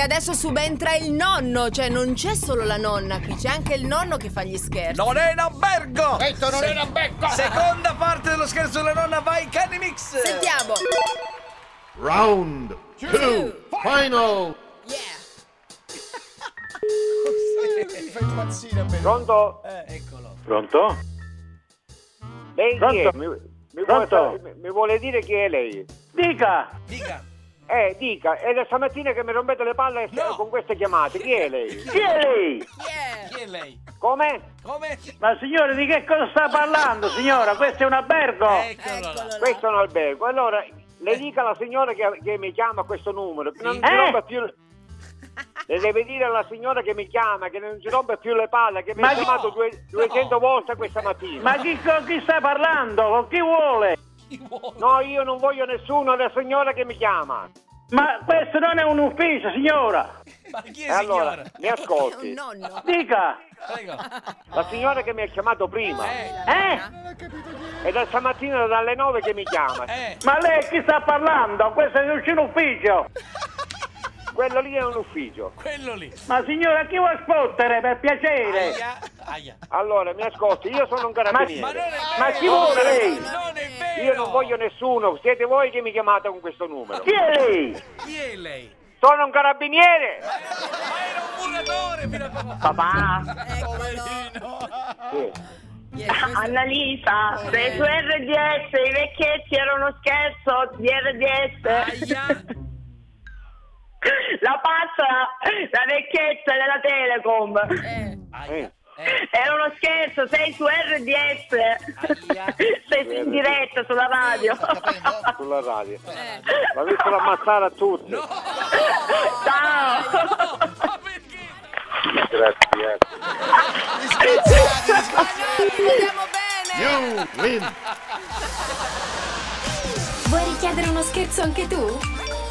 Adesso subentra il nonno, cioè non c'è solo la nonna qui, c'è anche il nonno che fa gli scherzi. Non è in albergo! Detto non Se- era becco! Seconda parte dello scherzo della nonna, vai cani mix! Sentiamo! Round two, final. Yeah! Mi fai impazzire bene. Pronto? Eccolo. Pronto? Lei chi è? Pronto? Mi, mi Pronto? Vuole, mi- mi vuole dire chi è lei? Dica! Dica. Eh, dica, è da stamattina che mi rompete le palle No. con queste chiamate. Chi è lei? Chi è lei? Yeah! Chi è lei? Come? Come? Ma signore, di che cosa sta parlando, signora? Questo è un albergo! Eccolo. là. Eccolo là. Questo è un albergo. Allora, le dica alla signora che, che mi chiama a questo numero. che Non Sì. si Eh? rompa più... Le deve dire alla signora che mi chiama, che non ci rompe più le palle, che mi Ma ha no. chiamato due- 200 volte questa mattina. Ma chi, con chi sta parlando? Con chi vuole? Chi vuole? No, io non voglio nessuno, è la signora che mi chiama. Ma questo non è un ufficio, signora! Ma chi è E allora, signora? mi È un ascolti. nonno. Dica! Prego. La signora che mi ha chiamato prima. Eh, Eh? È da stamattina dalle 9 che mi chiama. eh. Ma lei chi sta parlando? Questo è un ufficio! eh. Quello lì è un ufficio. Quello lì. Ma signora, chi vuol spottere, per piacere? Aia. Aia. Allora, mi ascolti, io sono un Ma non carabiniere. è vero. Ma chi vuole lei? Non è vero. Io non voglio nessuno, siete voi che mi chiamate con questo numero. Chi è lei? Chi è lei? Sono un carabiniere! Ma era un muratore fino a... Papà, Eccolo. Sì. Yeah, questo- Annalisa, se su RDS i vecchietti erano scherzo di RDS, Aia. la pazza, la vecchietta della Telecom, Eh, Aia. era uno scherzo, sei su RDS, sei in diretta sulla radio. Sulla radio. eh. Ma visto ammazzare a tutti. Ciao! Ma perché? Grazie. Ma noi ti vogliamo bene! You win. Vuoi richiedere uno scherzo anche tu?